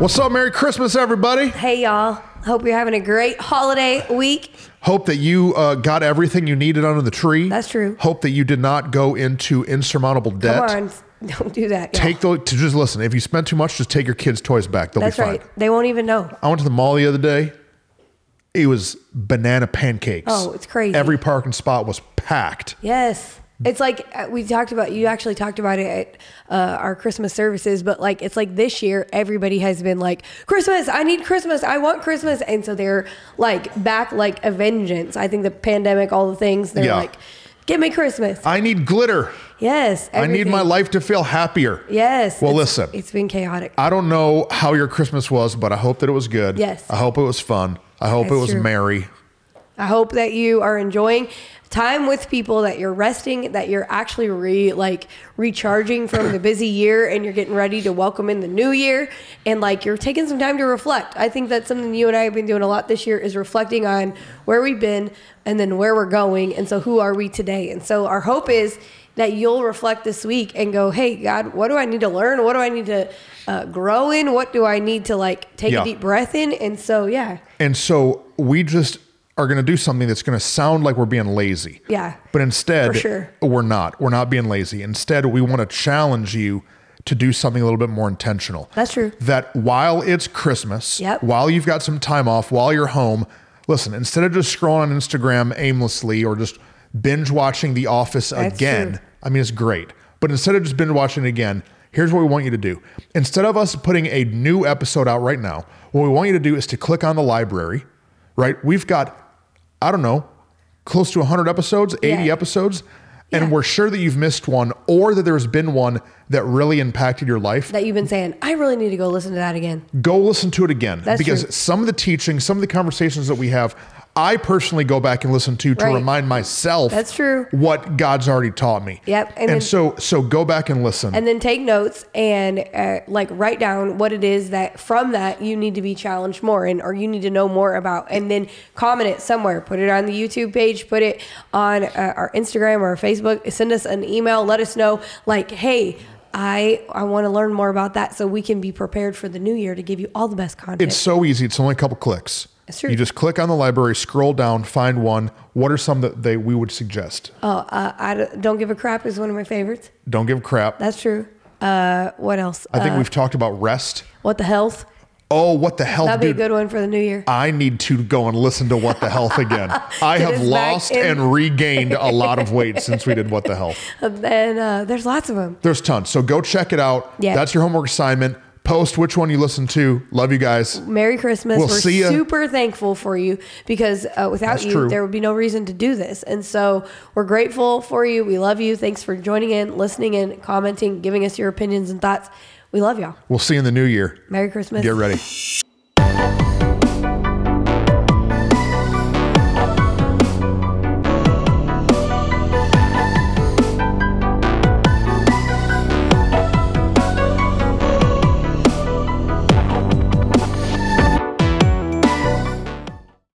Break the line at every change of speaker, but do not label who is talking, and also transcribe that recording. What's up? Merry Christmas, everybody.
Hey, y'all. Hope you're having a great holiday week.
Hope that you uh, got everything you needed under the tree.
That's true.
Hope that you did not go into insurmountable debt.
Come on. Don't do that. y'all.
Take the to just listen. If you spend too much, just take your kids' toys back. They'll
That's
be fine.
right. They won't even know.
I went to the mall the other day. It was banana pancakes.
Oh, it's crazy.
Every parking spot was packed.
Yes. It's like uh, we talked about, you actually talked about it at uh, our Christmas services, but like it's like this year, everybody has been like, Christmas, I need Christmas, I want Christmas. And so they're like back like a vengeance. I think the pandemic, all the things, they're
Yeah.
like, give me Christmas.
I need glitter.
Yes.
I need my
everything.
life to feel happier.
Yes.
Well,
it's-
listen.
It's been chaotic.
I don't know how your Christmas was, but I hope that it was good.
Yes.
I hope it was fun. I hope it
That's
was
true.
merry.
I hope that you are enjoying time with people that you're resting, that you're actually re like recharging from the busy year and you're getting ready to welcome in the new year and like you're taking some time to reflect. I think that's something you and I have been doing a lot this year is reflecting on where we've been and then where we're going and so who are we today? And so our hope is that you'll reflect this week and go, "Hey God, what do I need to learn? What do I need to uh, grow in? What do I need to like take
Yeah.
a deep breath in?" And so yeah.
And so we just are going to do something that's going to sound like we're being lazy.
Yeah.
But instead,
For sure.
we're not. We're not being lazy. Instead, we want to challenge you to do something a little bit more intentional.
That's true.
That while it's Christmas,
Yep.
while you've got some time off, while you're home, listen, instead of just scrolling on Instagram aimlessly or just binge watching The Office
That's
again,
true.
I mean, it's great. But instead of just binge watching it again, here's what we want you to do. Instead of us putting a new episode out right now, what we want you to do is to click on the library, right? We've got, I don't know, close to 100 episodes, 80
Yeah.
episodes. And
Yeah.
we're sure that you've missed one or that there's been one that really impacted your life.
that you've been saying, I really need to go listen to that again.
go listen to it again
That's
because
true.
some of the teaching, some of the conversations that we have, I personally go back and listen to to
Right.
remind myself
That's true.
what God's already taught me.
Yep,
And,
and then-
so so go back and listen.
And then take notes and uh, like write down what it is that from that you need to be challenged more and or you need to know more about. And then comment it somewhere. Put it on the YouTube page, put it on uh, our Instagram or our Facebook. Send us an email. Let us know, like, hey, I, I want to learn more about that so we can be prepared for the new year to give you all the best content.
it's so easy. It's only a couple clicks.
That's true.
You just click on the library, scroll down, find one. What are some that they we would suggest?
oh, uh, I don't, Don't give a crap is one of my favorites.
Don't give a crap.
That's true. Uh, what else?
I think
Uh,
we've talked about rest.
what the health?
Oh, what the health,
That'd be a
dude!
good one for the new year.
I need to go and listen to what the health again. I
Get
have
us back
lost
in.
and regained a lot of weight since we did what the health.
And then uh, there's lots of them.
There's tons. So go check it out.
Yeah.
That's your homework assignment. Post which one you listen to. Love you guys.
Merry Christmas.
We'll
We're
see ya.
super thankful for you because uh, without
That's
you,
true.
there would be no reason to do this. And so we're grateful for you. We love you. Thanks for joining in, listening in, commenting, giving us your opinions and thoughts. We love y'all.
We'll see you in the new year.
Merry Christmas.
Get ready.